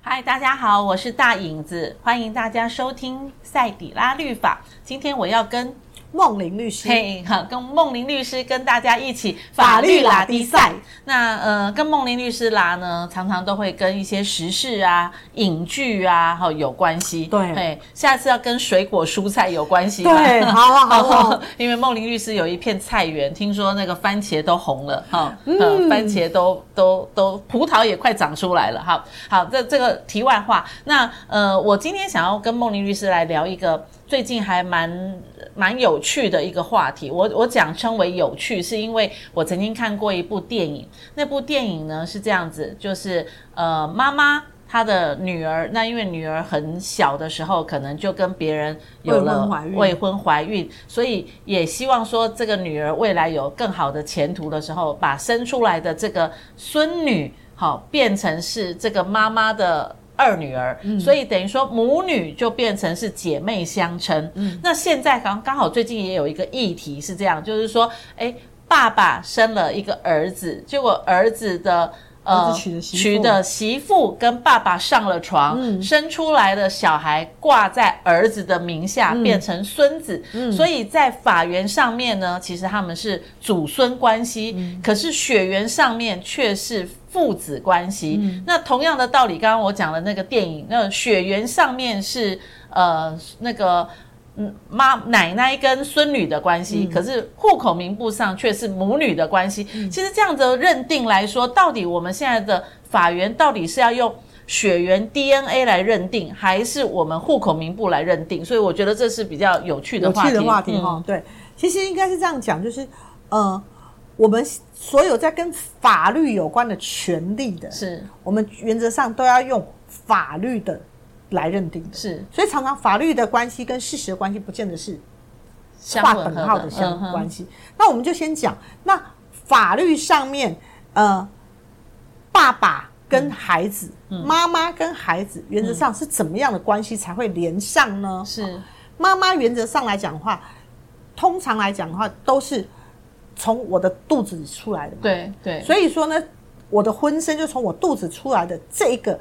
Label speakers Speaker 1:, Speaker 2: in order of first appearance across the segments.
Speaker 1: 嗨，大家好，我是大影子，欢迎大家收听赛底拉律法。今天我要跟
Speaker 2: 梦玲律师，
Speaker 1: 嘿，好，跟梦玲律师跟大家一起
Speaker 2: 法律拉低赛。
Speaker 1: 那呃，跟梦玲律师拉呢，常常都会跟一些时事啊、影剧啊，哈、有关系。
Speaker 2: 对
Speaker 1: 嘿，下次要跟水果蔬菜有关系吧。
Speaker 2: 对，好啊，好啊，
Speaker 1: 因为梦玲律师有一片菜园，听说那个番茄都红了哈，嗯、番茄都都都，葡萄也快长出来了哈。好，这这个题外话，那呃，我今天想要跟梦玲律师来聊一个最近还蛮蛮有趣的一个话题。我我讲称为有趣，是因为我曾经看过一部电影，那部电影呢是这样子，就是呃，妈妈。她的女儿，那因为女儿很小的时候，可能就跟别人有了
Speaker 2: 未婚怀孕
Speaker 1: 未婚怀孕，所以也希望说这个女儿未来有更好的前途的时候，把生出来的这个孙女，好、变成是这个妈妈的。二女儿，所以等于说母女就变成是姐妹相称。那现在刚刚好最近也有一个议题是这样，就是说，哎，爸爸生了一个儿子，结果儿子的
Speaker 2: 儿
Speaker 1: 呃
Speaker 2: 子娶的媳妇嗯
Speaker 1: 娶的媳妇跟爸爸上了床，生出来的小孩挂在儿子的名下，
Speaker 2: 嗯
Speaker 1: 变成孙子。所以在法源上面呢，其实他们是祖孙关系，
Speaker 2: 嗯
Speaker 1: 可是血缘上面却是。父子关系，
Speaker 2: 嗯
Speaker 1: 那同样的道理，刚刚我讲的那个电影，那血缘上面是呃那个嗯妈奶奶跟孙女的关
Speaker 2: 嗯
Speaker 1: 系，可是户口名簿上却是母女的关系。其实这样子的认定来说，到底我们现在的法源到底是要用血缘 DNA 来认定，还是我们户口名簿来认定？所以我觉得这是比较有趣的
Speaker 2: 有
Speaker 1: 话题。
Speaker 2: 趣的话题哦哈、
Speaker 1: 嗯
Speaker 2: 对，其实应该是这样讲，就是呃，我们所有在跟法律有关的权利的，
Speaker 1: 是
Speaker 2: 我们原则上都要用法律的来认定的。
Speaker 1: 是
Speaker 2: 所以常常法律的关系跟事实的关系，不见得是
Speaker 1: 相
Speaker 2: 画
Speaker 1: 吻合
Speaker 2: 等号的相
Speaker 1: 嗯哼
Speaker 2: 关系。那我们就先讲，那法律上面，呃，爸
Speaker 1: 嗯
Speaker 2: 爸跟孩子、妈妈跟孩子，原则上是怎么样的关系才会连上呢？
Speaker 1: 是
Speaker 2: 妈妈原则上来讲的话，通常来讲的话，都是从我的肚子里出来的嘛。
Speaker 1: 对对，
Speaker 2: 所以说呢，我的婚生就从我肚子出来的这一个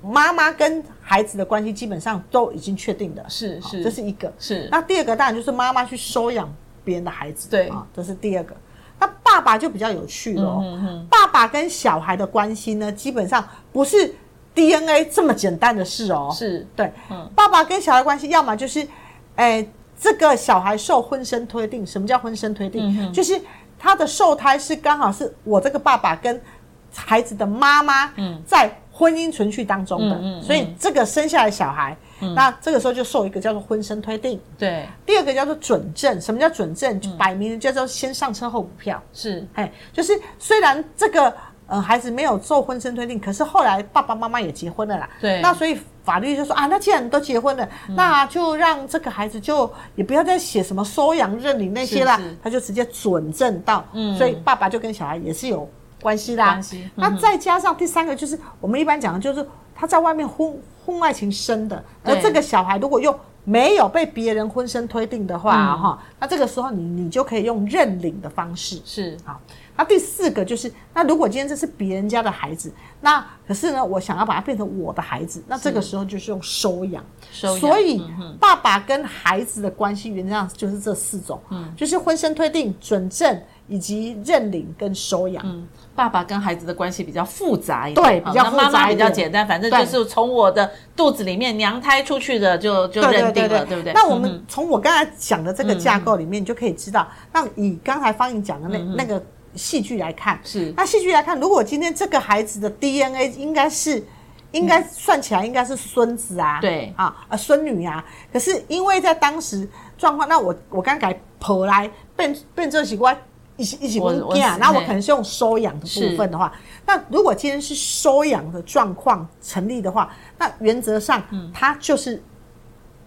Speaker 2: 妈妈跟孩子的关系，基本上都已经确定的。
Speaker 1: 是
Speaker 2: 好
Speaker 1: 是
Speaker 2: 这是一个。
Speaker 1: 是
Speaker 2: 那第二个当然就是妈妈去收养别人的孩子，
Speaker 1: 对
Speaker 2: 啊，这是第二个。那爸爸就比较有趣
Speaker 1: 嗯
Speaker 2: 了、哦，爸爸跟小孩的关系呢，基本上不是 DNA 这么简单的事哦，
Speaker 1: 是
Speaker 2: 对，
Speaker 1: 嗯
Speaker 2: 爸爸跟小孩关系，要么就是，哎，这个小孩受婚生推定，什么叫婚生推定？
Speaker 1: 嗯
Speaker 2: 就是他的受胎是刚好是我这个爸爸跟孩子的妈妈在婚姻存续当中的，
Speaker 1: 嗯嗯嗯嗯嗯
Speaker 2: 所以这个生下来的小孩，那这个时候就受一个叫做婚生推定，
Speaker 1: 对
Speaker 2: 第二个叫做准证。什么叫准
Speaker 1: 嗯
Speaker 2: 证？就摆明了叫做先上车后补票。
Speaker 1: 是
Speaker 2: 哎，就是虽然这个呃孩子没有做婚生推定，可是后来爸爸妈妈也结婚了啦。
Speaker 1: 对嗯
Speaker 2: 那所以法律就说啊，那既然你都结婚了，那就让这个孩子就也不要再写什么收养认领那些啦，
Speaker 1: 是是嗯
Speaker 2: 他就直接准证到。所以爸爸就跟小孩也是有关系啦。
Speaker 1: 关系嗯
Speaker 2: 那再加上第三个就是我们一般讲的就是他在外面婚婚外情生的，而
Speaker 1: 对
Speaker 2: 这个小孩如果又没有被别人婚生推定的话
Speaker 1: 嗯
Speaker 2: 啊哈、那这个时候你你就可以用认领的方式，
Speaker 1: 是
Speaker 2: 好，那第四个就是，那如果今天这是别人家的孩子，那可是呢，我想要把它变成我的孩子，那这个时候就是用收养。
Speaker 1: 收养嗯
Speaker 2: 所以、爸爸跟孩子的关系原则上就是这四种，
Speaker 1: 嗯
Speaker 2: 就是婚生推定、准证以及认领跟收
Speaker 1: 嗯
Speaker 2: 养。
Speaker 1: 爸爸跟孩子的关系比较复杂一点，
Speaker 2: 对
Speaker 1: 好
Speaker 2: 比较
Speaker 1: 那
Speaker 2: 复
Speaker 1: 妈妈
Speaker 2: 杂一
Speaker 1: 比较
Speaker 2: 点
Speaker 1: 简单，反正
Speaker 2: 对
Speaker 1: 就是从我的肚子里面娘胎出去的就就认定了，对不对？嗯
Speaker 2: 那我们从我刚才讲的这个架构里面，你就可以知道，那以刚才方颖讲的那、
Speaker 1: 嗯
Speaker 2: 那个戏剧来看，
Speaker 1: 是
Speaker 2: 那戏剧来看，如果今天这个孩子的 DNA 应该是。应该算起来应该是孙子
Speaker 1: 嗯
Speaker 2: 啊，
Speaker 1: 对
Speaker 2: 啊啊孙女啊，可是因为在当时状况，那我我刚改婆来变变这习惯，一起一起
Speaker 1: 我
Speaker 2: 跟
Speaker 1: 我
Speaker 2: 啊，
Speaker 1: 是
Speaker 2: 那我
Speaker 1: 嘿
Speaker 2: 可能是用收养的
Speaker 1: 是
Speaker 2: 部分的话，那如果今天是收养的状况成立的话，那原则上
Speaker 1: 嗯
Speaker 2: 它就是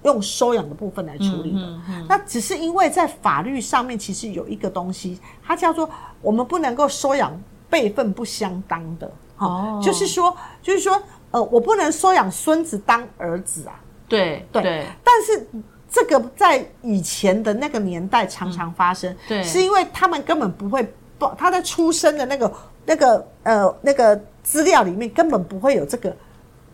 Speaker 2: 用收养的部分来处理的。那只是因为在法律上面，其实有一个东西，它叫做我们不能够收养辈分不相当的。
Speaker 1: 哦
Speaker 2: 哦，就是说，就是说，呃，我不能收养孙子当儿子啊。
Speaker 1: 对
Speaker 2: 对，
Speaker 1: 对
Speaker 2: 但是这个在以前的那个年代常常发生，
Speaker 1: 嗯对
Speaker 2: 是因为他们根本不会报，他在出生的那个那个呃那个资料里面根本不会有这个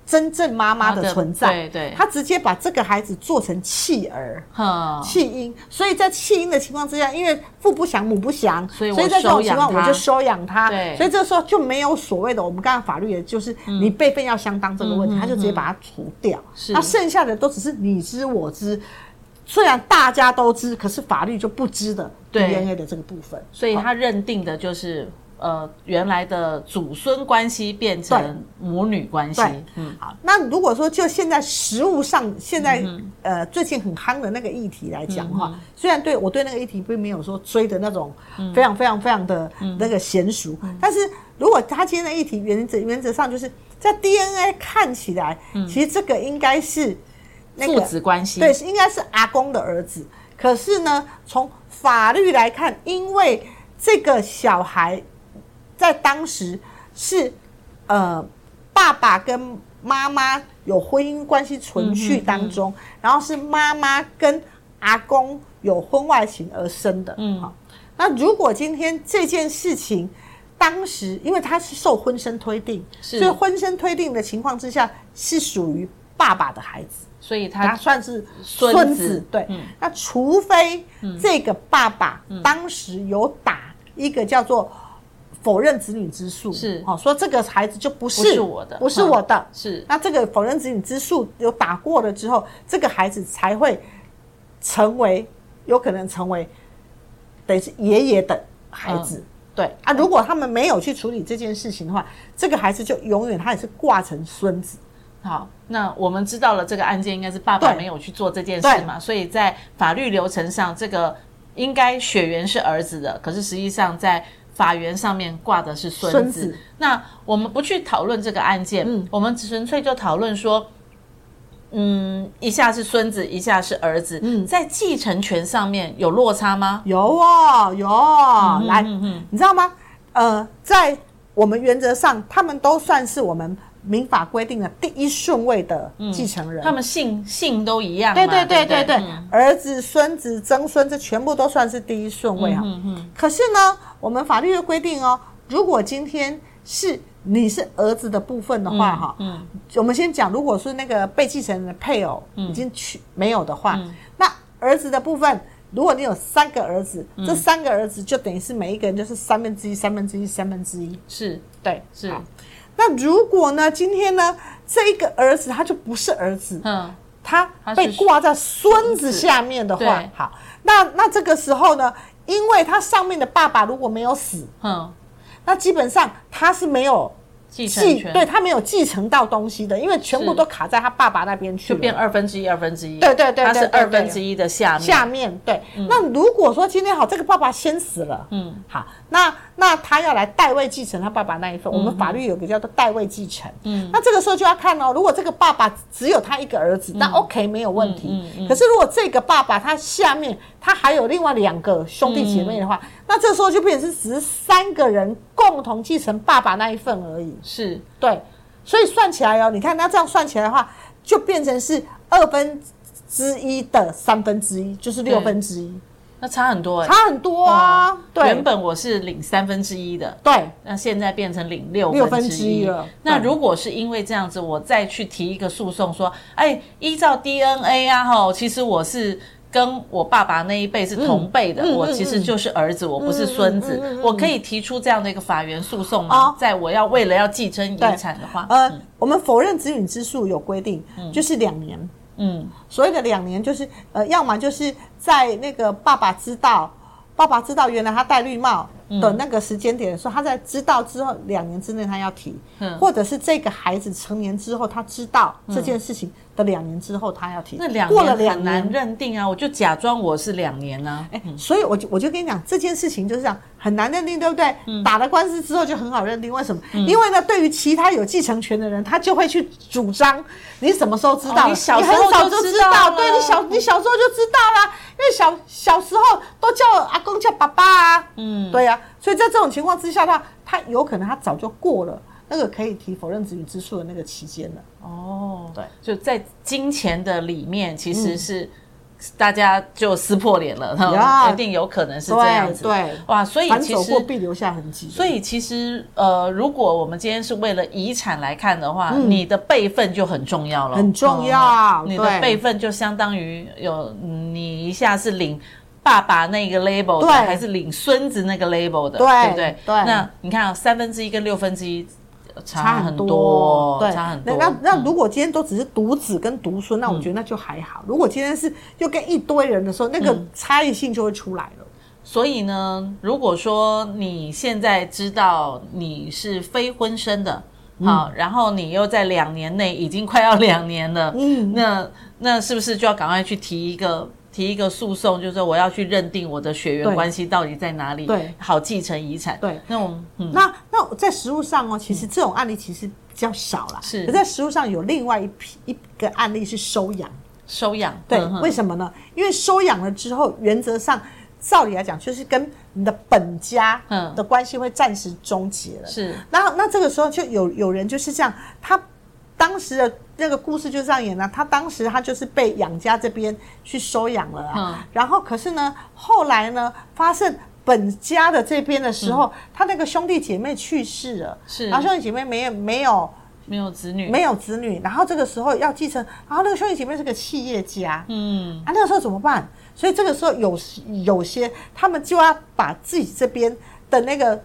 Speaker 2: 真正妈妈的存在，
Speaker 1: 对对
Speaker 2: 他直接把这个孩子做成弃儿。
Speaker 1: 哼，
Speaker 2: 弃婴，所以在弃婴的情况之下，因为父不祥母不祥，
Speaker 1: 所以我
Speaker 2: 在这种情况
Speaker 1: 收养
Speaker 2: 我
Speaker 1: 他
Speaker 2: 就收养他
Speaker 1: 对，嗯
Speaker 2: 所以这时候就没有所谓的我们刚刚法律，也就是你辈分要相当这个问题，他就直接把它除掉，
Speaker 1: 是
Speaker 2: 那剩下的都只是你知我知。虽然大家都知，可是法律就不知的
Speaker 1: 对
Speaker 2: DNA 的这个部分，
Speaker 1: 所以他认定的就是呃原来的祖孙关系变成母女关系
Speaker 2: 对，
Speaker 1: 嗯，
Speaker 2: 好，那如果说就现在实物上，现在、呃最近很夯的那个议题来讲哈，虽然对我对那个议题并没有说追的那种非常非常非常的那个娴熟，但是如果他今天的议题原则原则上就是在 DNA 看起来，其实这个应该是那
Speaker 1: 父
Speaker 2: 个
Speaker 1: 子关系，
Speaker 2: 对，是应该是阿公的儿子。可是呢，从法律来看，因为这个小孩在当时是呃爸爸跟妈妈有婚姻关系存续当中，
Speaker 1: 嗯
Speaker 2: 然后是妈妈跟阿公有婚外情而生的。
Speaker 1: 嗯
Speaker 2: 好，那如果今天这件事情。当时，因为他是受婚生推定，
Speaker 1: 是
Speaker 2: 所以婚生推定的情况之下，是属于爸爸的孩子。
Speaker 1: 所以他
Speaker 2: 他算是
Speaker 1: 孙
Speaker 2: 孙
Speaker 1: 子
Speaker 2: 子，对。
Speaker 1: 嗯
Speaker 2: 那除非这个爸爸当时有打一个叫做否认子女之诉，
Speaker 1: 是
Speaker 2: 哦，说这个孩子就不是
Speaker 1: 不是我的，
Speaker 2: 不是我的
Speaker 1: 嗯。是
Speaker 2: 那这个否认子女之诉有打过了之后，这个孩子才会成为有可能成为等于是爷爷的
Speaker 1: 嗯
Speaker 2: 孩子。对啊，如果他们没有去处理这件事情的话，这个孩子就永远他也是挂成孙子。
Speaker 1: 好。那我们知道了这个案件应该是爸爸
Speaker 2: 对
Speaker 1: 没有去做这件事嘛，所以在法律流程上，这个应该血缘是儿子的，可是实际上在法源上面挂的是孙
Speaker 2: 孙
Speaker 1: 子。
Speaker 2: 子
Speaker 1: 那我们不去讨论这个案件，
Speaker 2: 嗯
Speaker 1: 我们纯粹就讨论说。嗯，一下是孙子，一下是儿子，
Speaker 2: 嗯
Speaker 1: 在继承权上面有落差吗？
Speaker 2: 有哦，有哦，来，
Speaker 1: 嗯嗯
Speaker 2: 你知道吗？呃，在我们原则上，他们都算是我们民法规定的第一顺位的继承
Speaker 1: 嗯
Speaker 2: 人。
Speaker 1: 他们姓姓都一样嘛，
Speaker 2: 对对对
Speaker 1: 不嗯
Speaker 2: 对嗯对，儿子、孙子、曾孙，这全部都算是第一顺位啊。
Speaker 1: 嗯嗯，
Speaker 2: 可是呢，我们法律的规定哦，如果今天是你是儿子的部分的话，哈、
Speaker 1: 嗯
Speaker 2: 我们先讲，如果是那个被继承人的配偶已经去没有的
Speaker 1: 嗯
Speaker 2: 话，那儿子的部分，如果你有三个儿子，
Speaker 1: 嗯
Speaker 2: 这三个儿子就等于是每一个人就是三分之一、三分之一、三分之一。
Speaker 1: 是
Speaker 2: 对，
Speaker 1: 是，
Speaker 2: 好那如果呢，今天呢，这一个儿子他就不是儿子，
Speaker 1: 嗯，
Speaker 2: 他
Speaker 1: 他是
Speaker 2: 被挂在孙子下面的
Speaker 1: 孙
Speaker 2: 话
Speaker 1: 子对，
Speaker 2: 好，那那这个时候呢，因为他上面的爸爸如果没有死，
Speaker 1: 哼，
Speaker 2: 那基本上他是没有
Speaker 1: 继承
Speaker 2: 继
Speaker 1: 权
Speaker 2: 对他没有继承到东西的，因为全部
Speaker 1: 是
Speaker 2: 都卡在他爸爸那边去
Speaker 1: 就
Speaker 2: 了
Speaker 1: 变二分之一，二分之一，
Speaker 2: 对对对对
Speaker 1: 它是
Speaker 2: 对对
Speaker 1: 二分之一的下面，
Speaker 2: 下面对。那如果说今天好，这个爸爸先死了，
Speaker 1: 嗯
Speaker 2: 嗯，好，那那他要来代位继承他爸爸那一
Speaker 1: 嗯
Speaker 2: 份，我们法律有个叫做代位继承，嗯，那这个时候就要看哦，如果这个爸爸只有他一个儿子，那 OK 没有问题
Speaker 1: 嗯。
Speaker 2: 可是如果这个爸爸他下面他还有另外两个兄弟姐妹的
Speaker 1: 嗯
Speaker 2: 话，那这时候就变成是只是三个人共同继承爸爸那一份而已。
Speaker 1: 是
Speaker 2: 对，所以算起来哦，你看那这样算起来的话，就变成是二分之一的三分之一，就是六分之一，
Speaker 1: 那差很多哎、
Speaker 2: 差很多啊。对，
Speaker 1: 嗯原本我是领三分之一的，
Speaker 2: 对
Speaker 1: 那现在变成领六
Speaker 2: 六
Speaker 1: 分
Speaker 2: 分
Speaker 1: 之
Speaker 2: 之
Speaker 1: 一
Speaker 2: 一了
Speaker 1: 那
Speaker 2: 对
Speaker 1: 如果是因为这样子，我再去提一个诉讼说，哎，依照 DNA 啊，吼，其实我是。跟我爸爸那一辈是同辈的，
Speaker 2: 嗯嗯
Speaker 1: 我其实就是儿子，我不是孙子、
Speaker 2: 嗯嗯嗯嗯
Speaker 1: 我可以提出这样的一个法源诉讼吗？
Speaker 2: 哦
Speaker 1: 在我要为了要继承遗
Speaker 2: 对
Speaker 1: 产的话，
Speaker 2: 呃，我们否认子女之诉有规定，就是两年。
Speaker 1: 嗯，
Speaker 2: 所谓的两年，就是呃，要么就是在那个爸爸知道，爸爸知道原来他戴绿帽
Speaker 1: 嗯
Speaker 2: 的那个时间点的时候，他在知道之后两年之内他要提，
Speaker 1: 嗯
Speaker 2: 或者是这个孩子成年之后他知道这件事情的两年之后他要提，
Speaker 1: 那两
Speaker 2: 过了
Speaker 1: 年
Speaker 2: 两
Speaker 1: 很难
Speaker 2: 年。
Speaker 1: 认定啊，我就假装我是两年啊呢、
Speaker 2: 哎，所以我就我就跟你讲，这件事情就是这样很难认定，对不对？
Speaker 1: 嗯
Speaker 2: 打了官司之后就很好认定，为什么？因为呢，对于其他有继承权的人，他就会去主张你什么时候知道
Speaker 1: 哦
Speaker 2: 了，
Speaker 1: 你小时
Speaker 2: 很
Speaker 1: 候
Speaker 2: 早
Speaker 1: 就
Speaker 2: 就
Speaker 1: 知
Speaker 2: 知
Speaker 1: 道
Speaker 2: 道，
Speaker 1: 了
Speaker 2: 对你小你小时候就知道啦，因为小小时候都叫阿公叫爸爸啊，
Speaker 1: 嗯
Speaker 2: 嗯，对呀、所以在这种情况之下的话，他有可能他早就过了那个可以提否认子女之诉的那个期间了。
Speaker 1: 哦，
Speaker 2: 对，嗯
Speaker 1: 就在金钱的里面，其实是大家就撕破脸了，哈，
Speaker 2: 呀
Speaker 1: 一定有可能是这样
Speaker 2: 对
Speaker 1: 子。
Speaker 2: 对，
Speaker 1: 哇，所以
Speaker 2: 反
Speaker 1: 哎其
Speaker 2: 走
Speaker 1: 实
Speaker 2: 过必留下痕迹。
Speaker 1: 所以其实，呃，如果我们今天是为了遗产来看的话，你的辈分就很重要了，哦
Speaker 2: 嗯很重要
Speaker 1: 你的
Speaker 2: 对
Speaker 1: 辈分就相当于有嗯你一下是领爸爸那个 label 的，
Speaker 2: 对
Speaker 1: 还是领孙子那个 label 的，对不对？
Speaker 2: 对
Speaker 1: 那你看、啊，三分之一跟六分之一呃
Speaker 2: 差
Speaker 1: 差
Speaker 2: 啊很
Speaker 1: 很
Speaker 2: 多
Speaker 1: 多，，
Speaker 2: 对，
Speaker 1: 差很多。嗯
Speaker 2: 那那那如果今天都只是独子跟独孙，那我觉得那就还好。如果今天是又跟一堆人的时候，那
Speaker 1: 嗯
Speaker 2: 个差异性就会出来了。
Speaker 1: 所以呢，如果说你现在知道你是非婚生的，
Speaker 2: 嗯
Speaker 1: 好、然后你又在两年内已经快要两年了，嗯，那那是不是就要赶快去提一个提一个诉讼，就是我要去认定我的血缘
Speaker 2: 对
Speaker 1: 关系到底在哪里，
Speaker 2: 对
Speaker 1: 好继承遗产，
Speaker 2: 对，
Speaker 1: 那我们嗯
Speaker 2: 那那在实物上哦，其实这种案例其实比较少啦。
Speaker 1: 是
Speaker 2: 可在实物上有另外一批一个案例是收养，
Speaker 1: 收养，
Speaker 2: 对，
Speaker 1: 嗯哼
Speaker 2: 为什么呢？因为收养了之后，原则上照理来讲，就是跟你的本家
Speaker 1: 嗯
Speaker 2: 的关系会暂时终结了。
Speaker 1: 是
Speaker 2: 然后那这个时候就有有人就是这样，他当时的那个故事就这样演了、啊他当时他就是被养家这边去收养了啊，
Speaker 1: 嗯
Speaker 2: 然后可是呢，后来呢发现。本家的这边的时候，他那个兄弟姐妹去世了，
Speaker 1: 嗯是
Speaker 2: 然后兄弟姐妹没有没有
Speaker 1: 没有子女，
Speaker 2: 没有子女，然后这个时候要继承，然后那个兄弟姐妹是个企业家，
Speaker 1: 嗯，
Speaker 2: 啊，那个时候怎么办？所以这个时候有有些他们就要把自己这边的那个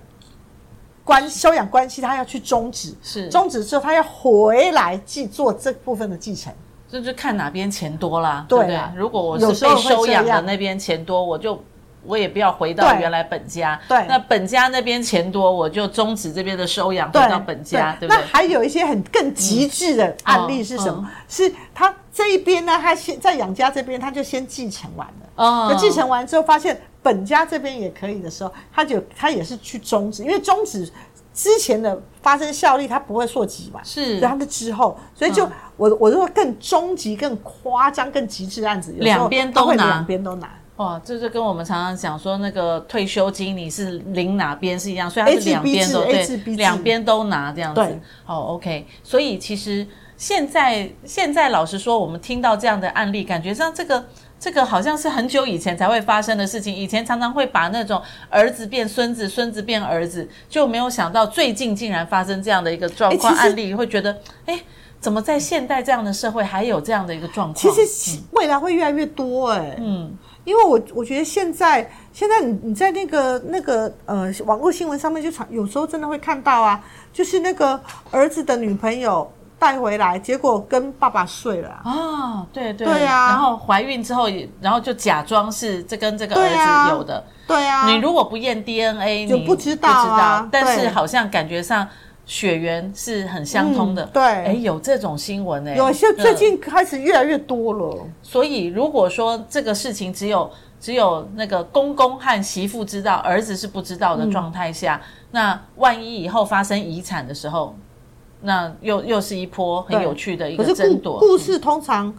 Speaker 2: 关收养关系，他要去终止，
Speaker 1: 是
Speaker 2: 终止之后，他要回来继做这部分的继承。
Speaker 1: 这就看哪边钱多啦，
Speaker 2: 对
Speaker 1: 对不对
Speaker 2: 啦？
Speaker 1: 如果我
Speaker 2: 有
Speaker 1: 是
Speaker 2: 时候
Speaker 1: 被
Speaker 2: 会
Speaker 1: 收
Speaker 2: 这
Speaker 1: 养的
Speaker 2: 样
Speaker 1: 那边钱多，我就我也不要回到
Speaker 2: 对
Speaker 1: 原来本家。
Speaker 2: 对
Speaker 1: 那本家那边钱多，我就终止这边的收养，回到本家，对不
Speaker 2: 那
Speaker 1: 对？
Speaker 2: 还有一些很更极致的案例是什么？
Speaker 1: 嗯
Speaker 2: 是他这一边呢，他先在养家这边，他就先继承完了。
Speaker 1: 哦
Speaker 2: 那继承完之后，发现本家这边也可以的时候，他就他也是去终止，因为终止之前的发生效力，他不会溯及嘛，
Speaker 1: 是嗯
Speaker 2: 然后他是之后，所以就、我我说更终极、更夸张、更极致的案子，有时候
Speaker 1: 两边都
Speaker 2: 他会
Speaker 1: 拿
Speaker 2: 两边都拿，
Speaker 1: 哇，这就跟我们常常讲说那个退休金你是领哪边是一样，所以
Speaker 2: A
Speaker 1: 它
Speaker 2: 至
Speaker 1: 是两
Speaker 2: B
Speaker 1: 边
Speaker 2: 至
Speaker 1: 都
Speaker 2: A
Speaker 1: 对
Speaker 2: 至 B 至，
Speaker 1: 两边都拿这样子
Speaker 2: 对。
Speaker 1: 哦，OK，所以其实现在现在老实说，我们听到这样的案例，感觉上这个。这个好像是很久以前才会发生的事情，以前常常会把那种儿子变孙子，孙子变儿子，就没有想到最近竟然发生这样的一个状况
Speaker 2: 诶其实
Speaker 1: 案例，会觉得，哎，怎么在现代这样的社会还有这样的一个状况？
Speaker 2: 其实未来会越来越多哎、
Speaker 1: 嗯，
Speaker 2: 因为我我觉得现在现在你你在那个那个呃网络新闻上面就常有时候真的会看到啊，就是那个儿子的女朋友带回来，结果跟爸爸睡了啊、
Speaker 1: 啊，对对
Speaker 2: 对啊
Speaker 1: 然后怀孕之后也，然后就假装是这跟这个儿
Speaker 2: 对啊
Speaker 1: 子有的。
Speaker 2: 对啊，
Speaker 1: 你如果不验 DNA，
Speaker 2: 就
Speaker 1: 你
Speaker 2: 不知道
Speaker 1: 不
Speaker 2: 啊
Speaker 1: 知道但
Speaker 2: 对
Speaker 1: 是好像感觉上血缘是很相通的。
Speaker 2: 嗯对
Speaker 1: 哎，有这种新闻哎、
Speaker 2: 有些
Speaker 1: 嗯
Speaker 2: 最近开始越来越多了，
Speaker 1: 所以如果说这个事情只有只有那个公公和媳妇知道，儿子是不知道的状态下，
Speaker 2: 嗯
Speaker 1: 那万一以后发生遗产的时候，那又又是一波很
Speaker 2: 对
Speaker 1: 有趣的一
Speaker 2: 可
Speaker 1: 个
Speaker 2: 是
Speaker 1: 争
Speaker 2: 故
Speaker 1: 夺。
Speaker 2: 故事通常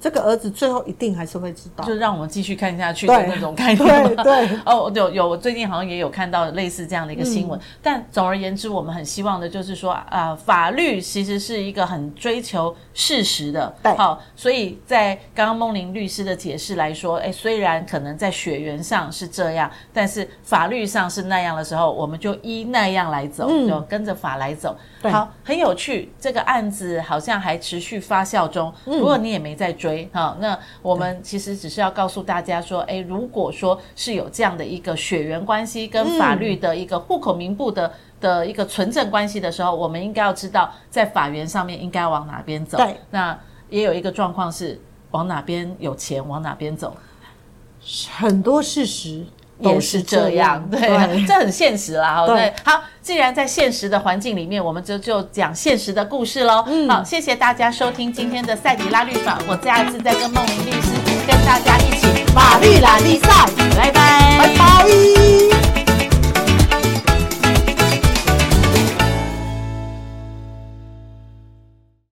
Speaker 2: 这个儿子最后一定还是会知道
Speaker 1: 就，让我们继续看下去的
Speaker 2: 对
Speaker 1: 那种概念
Speaker 2: 对
Speaker 1: 吗。
Speaker 2: 对
Speaker 1: 哦，有有，我最近好像也有看到类似这样的一个新闻。
Speaker 2: 嗯
Speaker 1: 但总而言之，我们很希望的就是说，啊，法律其实是一个很追求事实的。
Speaker 2: 对
Speaker 1: 好，所以在刚刚梦玲律师的解释来说，哎，虽然可能在血缘上是这样，但是法律上是那样的时候，我们就依那样来走，就跟着法来走。
Speaker 2: 嗯对
Speaker 1: 好，很有趣，这个案子好像还持续发酵中。如果你也没在追哈、那我们其实只是要告诉大家说，诶，如果说是有这样的一个血缘关系跟法律的一个户口名簿的。的一个存证关系的时候，我们应该要知道在法源上面应该往哪边走。
Speaker 2: 对，
Speaker 1: 那也有一个状况是往哪边有钱往哪边走，
Speaker 2: 很多事实
Speaker 1: 也
Speaker 2: 都
Speaker 1: 是
Speaker 2: 是
Speaker 1: 这
Speaker 2: 这
Speaker 1: 样
Speaker 2: 样，，
Speaker 1: 对，这很现实啦。好，
Speaker 2: 对
Speaker 1: 对，好，既然在现实的环境里面，我们就就讲现嗯实的故事喽。好，谢谢大家收听今天的赛迪拉律法，我下次再跟梦玲律师